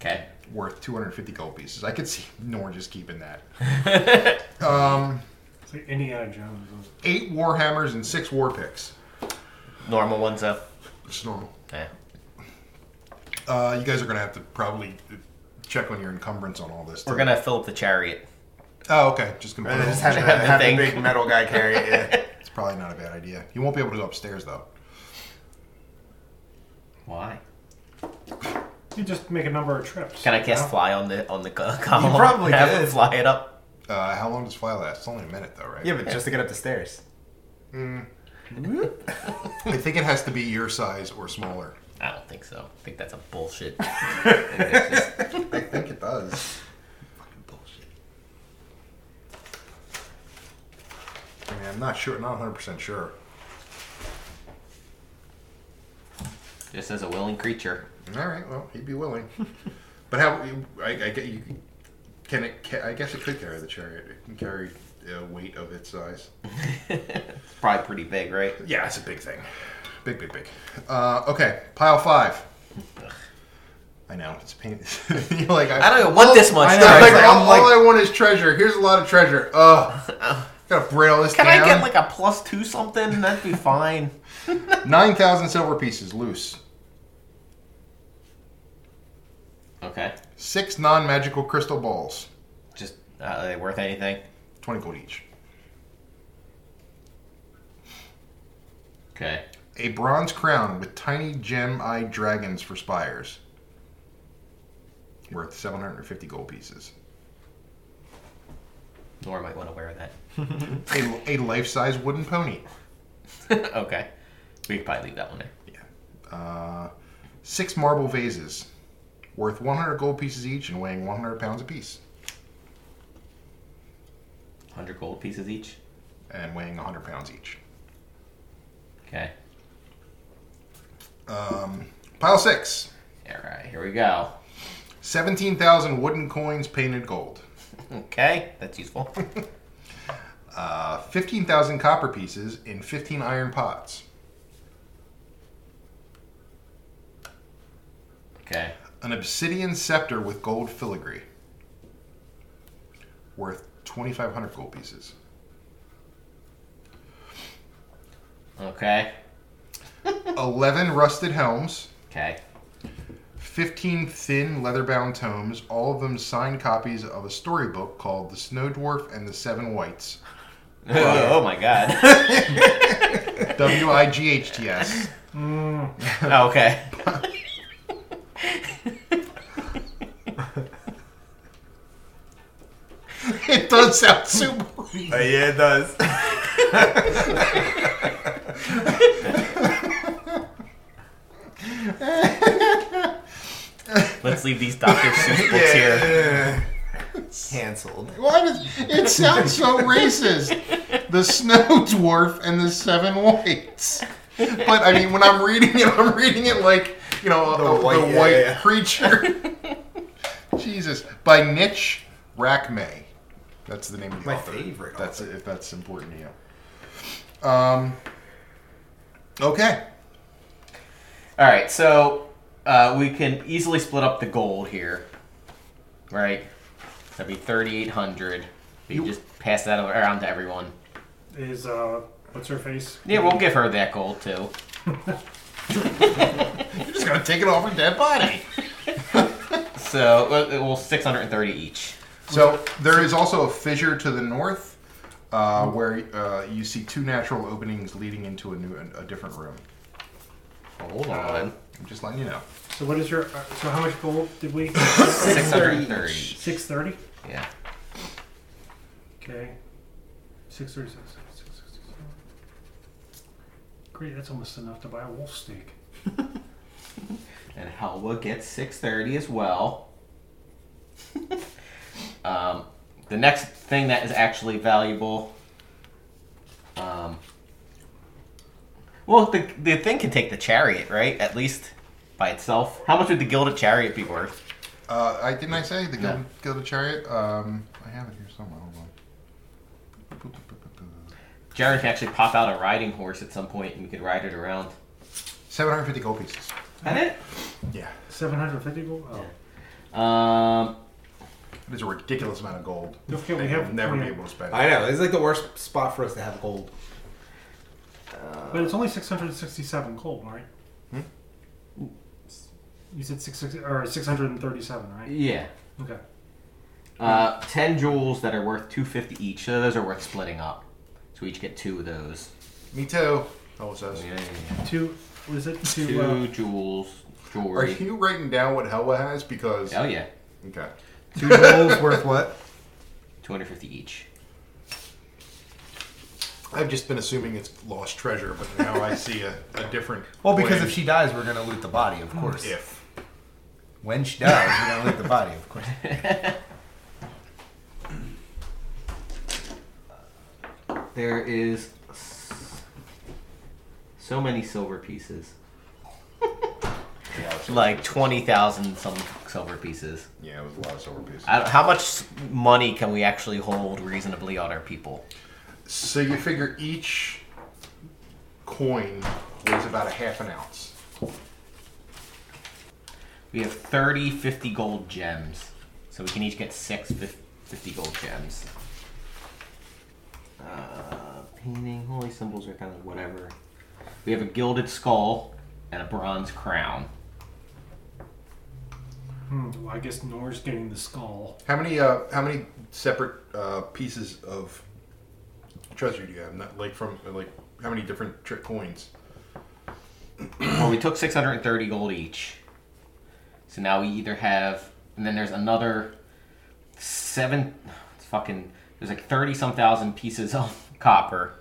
Okay.
worth 250 gold pieces. I could see Norn just keeping that.
It's like Indiana Jones. was-
Eight war hammers and six war picks.
Normal ones though.
It's normal.
Yeah.
Uh, you guys are going to have to probably check on your encumbrance on all this.
We're
too.
gonna fill up the chariot.
Oh, okay. Just gonna.
And
Put
then
it
just
all-
have,
Have
have,
the
have the
thing.
big metal guy carry it. yeah.
it's probably not a bad idea. You won't be able to go upstairs though.
Why?
You just make a number of trips.
Can I cast fly on the on the co- column?
probably
Have
could.
it Fly it up.
Uh, how long does fly last? It's only a minute though, right?
Yeah, but just to get up the stairs. Whoop.
I think it has to be your size or smaller.
I don't think so. I think that's a bullshit.
I think it does.
Fucking bullshit.
I mean, I'm not sure. Not 100 percent sure.
Just as a willing creature.
All right. Well, he'd be willing. but how? I, I get you. Can it? Ca- I guess it could carry the chariot. It can carry a weight of its size.
It's probably pretty big, right?
Yeah, it's a big thing. Big, big, big. Uh, okay, pile five. I know it's a pain. You're like I,
I don't want this much.
I
know,
treasure.
it's like,
all,
I'm
all
like-
I want is treasure. Here's a lot of treasure. Ugh. Gotta braille this
Can
down.
I get like a plus two something? That'd be fine.
nine thousand silver pieces loose?
Okay.
Six non-magical crystal balls,
Just uh, are they worth anything?
twenty gold each.
Okay.
A bronze crown with tiny gem-eyed dragons for spires, worth seven hundred and fifty gold pieces.
Nora might want to wear that.
A, a life-size wooden pony.
okay. We could probably leave that one there.
Uh, six marble vases, worth 100 gold pieces each and weighing 100 pounds apiece,
Hundred gold pieces each.
and weighing 100 pounds each.
Okay.
Pile six,
All right. Here we go.
17,000 wooden coins painted gold,
Okay. That's useful.
uh, 15,000 copper pieces in 15 iron pots,
Okay.
an obsidian scepter with gold filigree, worth 2,500 gold pieces.
Okay.
11 rusted helms,
Okay.
15 thin leather bound tomes, all of them signed copies of a storybook called The Snow Dwarf and the Seven Whites.
oh my god.
W I G H T S.
Oh, okay.
It does sound super.
Uh, yeah, it does.
Let's leave these Dr. Seuss books here.
Cancelled.
Why does it sound so racist? The Snow Dwarf and the Seven Whites. But I mean, when I'm reading it, I'm reading it like you know the, the
white-
white,
yeah, yeah.
creature. Jesus, by Nitch Rackmay. That's the name of the
My
author.
favorite
That's
author.
if that's important to you. Um. Okay.
All right, so uh, we can easily split up the gold here, right? That'd be thirty-eight hundred. We can just pass that around to everyone.
Is uh, what's her face?
Yeah, we'll give her that gold too.
You're just gonna take it off her dead body.
So uh, well, six hundred and thirty each.
So there is also a fissure to the north, uh, where uh, you see two natural openings leading into a new, a different room.
Hold on,
I'm just letting you know.
So what is your? Uh, so how much gold did we?
six hundred and thirty.
Six thirty.
Yeah,
Okay. Six thirty six. six, six, six. Great, that's almost enough to buy a wolf steak.
and Helwa gets six thirty as well. Um, the next thing that is actually valuable. Um, well, the, the thing can take the chariot, right? At least by itself. How much would the gilded chariot be worth?
Uh, I didn't I say the
No.
Gilded, Gilded Chariot? Um, I have it here somewhere. Hold on.
Jared can actually pop out a riding horse at some point and you could ride it around.
Seven hundred fifty gold pieces.
That it?
Yeah,
750 gold? Oh.
Um,
it is a ridiculous amount of gold.
Okay, we
They
have-
will never
we
be
have-
able to spend.
I know. This is like the worst spot for us to have gold.
But it's only 667 gold, right?
Hmm?
You said six, six or 637, right?
yeah.
Okay.
Uh, 10 jewels that are worth 250 each. So those are worth splitting up. So we each get two of those.
Me too. Oh, it says.
Two, was it two?
Two
uh,
jewels.
Are
Jewelry.
you writing down what Helwa has? Because
Oh, yeah.
okay,
Two goals worth what?
250 each.
I've just been assuming it's lost treasure, but now I see a, a different.
Well, because
way.
if she dies, we're gonna loot the body, of course.
if
When she dies, we're gonna loot the body, of course.
There is s- so many silver pieces.
yeah, it was,
Like 20,000 some silver pieces.
yeah, it was a lot of silver pieces.
I don't- how much s- money can we actually hold reasonably on our people?
So you figure each coin weighs about a half an ounce.
We have 30, 50 gold gems. So we can each get six fif- 50 gold gems. Uh, painting, holy symbols are kind of whatever. We have a gilded skull and a bronze crown.
hmm, well, I guess Nor's getting the skull.
How many uh, how many separate uh, pieces of treasure do you have? Not like from like how many different trick coins?
Well, we took 630 gold each. So now we either have. And then there's another seven. It's fucking. There's like 30 some thousand pieces of copper.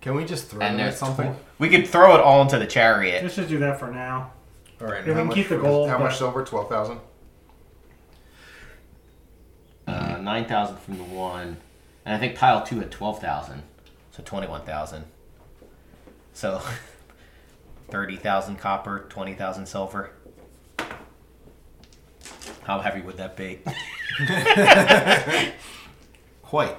Can we just throw
And
them at
there's
something?
tw- we could throw it all into the chariot.
Let's just do that for now.
All right, and
Yeah, we
how
can
much
keep the
for-
gold,
How much
but-
silver? Twelve thousand.
Uh, nine thousand from the one, and I think pile two at twelve thousand, so twenty-one thousand. So thirty thousand copper, twenty thousand silver. How heavy would that be?
Quite.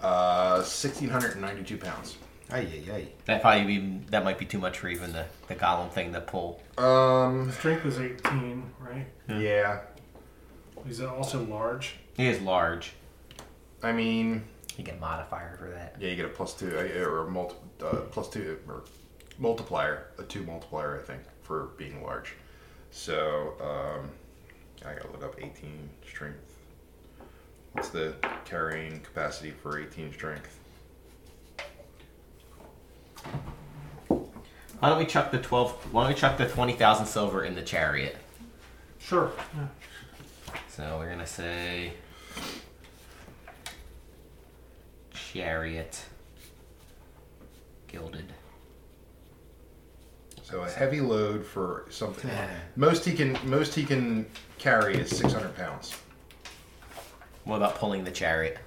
Uh, sixteen hundred and ninety-two pounds.
Ay, ay,
that probably be, that might be too much for even the the golem thing to pull.
Um,
Strength is 18, right?
yeah.
Is it also large?
He is large.
I mean,
You get a modifier for that.
yeah, you get a plus two uh, or a multi, uh, plus two or multiplier, a two multiplier, I think, for being large. So um, I gotta look up eighteen strength. What's the carrying capacity for eighteen strength?
Why don't we chuck the twelve? Why don't we chuck the twenty thousand silver in the chariot?
Sure. Yeah.
So we're gonna say chariot gilded.
So a heavy load for something. most he can most he can carry is six hundred pounds.
What about pulling the chariot?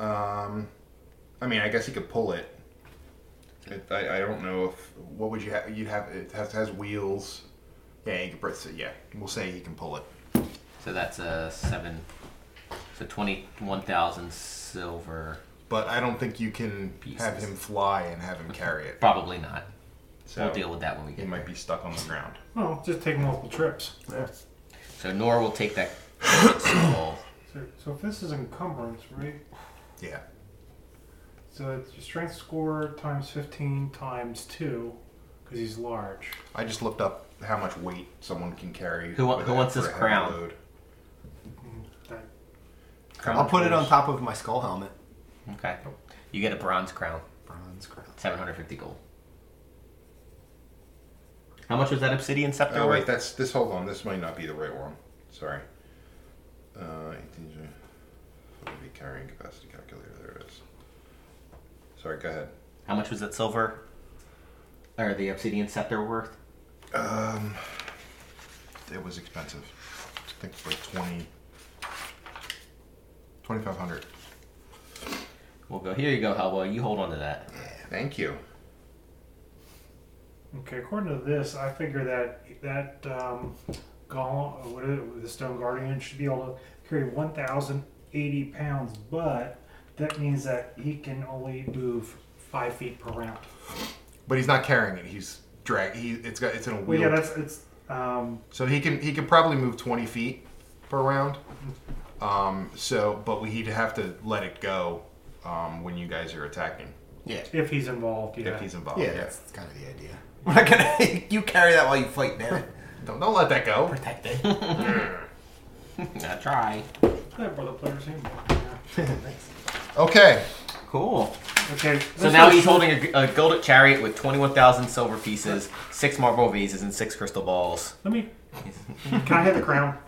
Um, I mean, I guess he could pull it. it I, I don't know if what would you have? You'd have it has, has wheels. Yeah, he could press it. Yeah, we'll say he can pull it.
So that's a seven. So twenty-one thousand silver.
But I don't think you can have
Pieces.
him fly and have him carry it.
Probably not.
So
we'll deal with that when we
He
get.
might be stuck on the ground.
Well, Oh, just take multiple trips.
So Nor will take that. skull.
So, so if this is encumbrance, right?
Yeah.
So it's your strength score times 15 times 2, because he's large.
I just looked up how much weight someone can carry.
Who wa-
with
who
a-
wants
for
this
a heavy
crown?
load.
That,
Crown
I'll put it
jewels.
on top of my skull helmet.
Okay. You get a bronze crown,
Bronze crown.
seven hundred fifty gold. How much was that obsidian scepter
Oh wait,
worth?
that's this. Hold on, this might not be the right one. Sorry. Uh, 18, let me carrying capacity calculator. There it is. Sorry, go ahead.
How much was that silver? Or the obsidian scepter worth?
Um, it was expensive. I think it's like twenty. 2500.
We'll go. Here you go, Hellboy. You hold on to that.
Thank you.
Okay, according to this, I figure that that um, gaunt, what is it, the stone guardian should be able to carry 1,080 pounds, but that means that he can only move five feet per round.
But he's not carrying it. He's drag. He it's got it's in a
Well,
wheel.
yeah, that's it's. Um,
so he can he can probably move 20 feet per round. Um. So, but we, he'd have to let it go um, when you guys are attacking
Yeah.
if he's involved, yeah.
if he's involved.
Oh, Yeah, that's kind of the idea. We're not gonna. you carry that while you fight, damn it.
Don't, don't let that go.
Protect it.
I try.
That brother player's handbook, yeah.
Okay.
Cool.
Okay.
So now he's holding a, a golden chariot with 21,000 silver pieces, six marble vases, and six crystal balls.
Let me. Can I have the crown?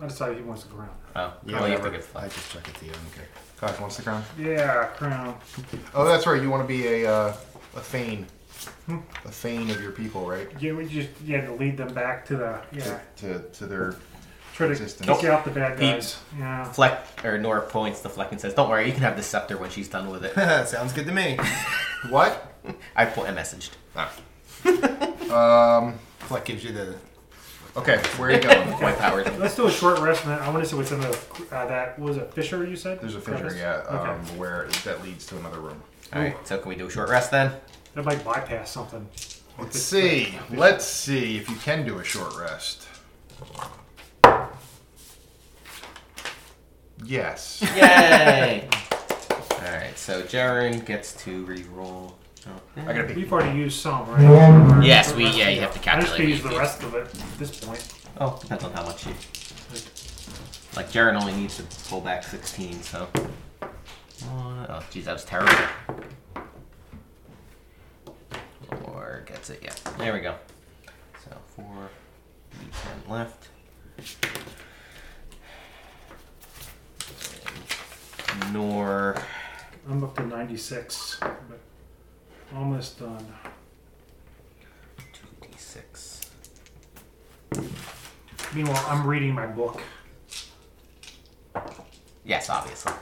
I decided he wants the crown.
Oh,
Yeah,
well, you have to
whatever.
give
I
five.
just check it to you. I don't care.
Gosh, wants the crown.
Yeah, crown.
Oh, that's right. You want to be a uh, a thane, a thane of your people, right?
Yeah, we just yeah to lead them back to the yeah.
To to their
Try to
Resistance.
kick out the bad guys.
Peeps.
Yeah.
Fleck, or Nora points to Fleck and says, Don't worry, you can have the scepter when she's done with it.
Sounds good to me.
what?
I, po- I messaged.
Ah. Fleck gives you the.
Okay, where are you going?
My powers.
Let's do a short rest, and I want to see what's in the uh, that what was it Fisher you said.
There's a fissure,
Crevice?
yeah,
Okay.
um, where that leads to another room.
Alright, so can we do a short rest then?
that might bypass something.
Let's see. Let's see if you can do a short rest. Yes.
Yay! Alright, so Jaren gets to reroll. Oh,
I gotta be.
We've already used some, right?
Yes, we- yeah, you have to
I just could
calculate
use the
these.
rest of it at this point.
Oh, depends on how much you. Like, Jaren only needs to pull back 16, so. Uh, oh, jeez, that was terrible. Or gets it, yeah. There we go. So, 4 D10 left. And Nor.
I'm up to 96, but almost done.
2d6.
Meanwhile, I'm reading my book.
Yes, obviously.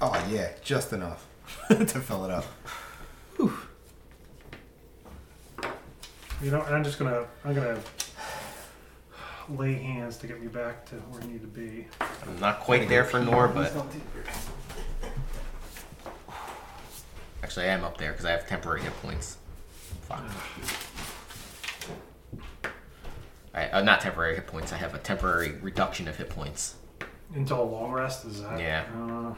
Oh yeah, just enough to fill it up.
You know, and I'm just gonna I'm gonna lay hands to get me back to where I need to be.
I'm not quite there for Nor, but. Actually, I am up there because I have temporary hit points. Fuck. Alright, uh, not temporary hit points. I have a temporary reduction of hit points.
Until a long rest is that?
Yeah.
Uh,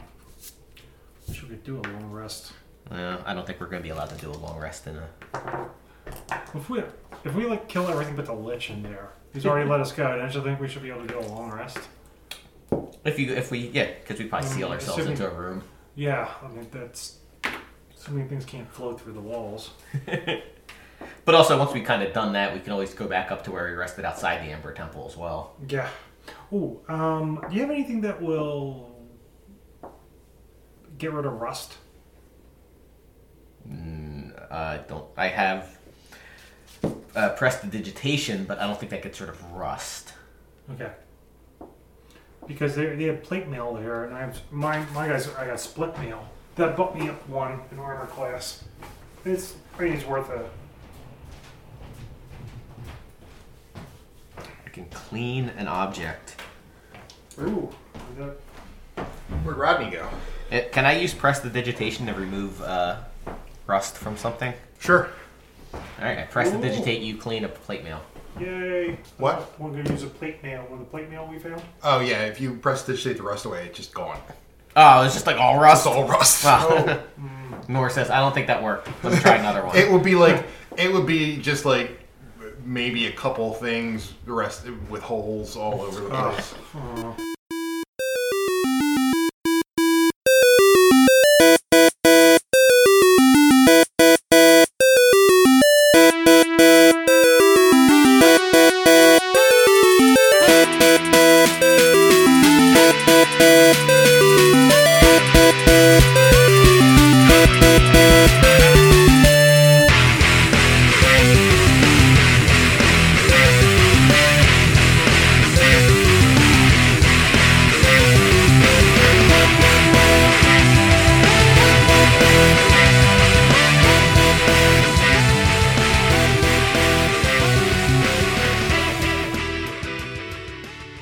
should we do a long rest?
Uh, I don't think we're going to be allowed to do a long rest in a.
If we if we like kill everything but the lich in there, he's already let us go. Don't you think we should be able to do a long rest?
If you, if we, yeah, because we probably seal
Um,
ourselves
assuming-
into a room.
Yeah, I mean that's so many things can't flow through the walls.
But also, once we kind of done that, we can always go back up to where we rested outside the Ember Temple as well.
Yeah. Ooh, um, do you have anything that will get rid of rust?
Uh, don't I have uh, prestidigitation, but I don't think that gets rid of rust.
Okay. Because they, they had plate mail there, and I have my my guys. I got split mail that bumped me up one in armor class. It's I think it's worth a
I can clean an object.
ooh. That,
Where'd Rodney go?
Uh, Can I use prestidigitation to remove uh, rust from something?
Sure.
All right, I prestidigitate you clean a plate mail.
yay!
What?
We're gonna use a plate mail. One of the plate mail we found.
Oh yeah, if you press digitate the rust away, it's just gone.
Oh, it's just like all rust.
It's all rust.
Ah. Nor says, I don't think that worked. Let me try another one.
It would be like it would be just like maybe a couple things the rest with holes all over the place.
Oh.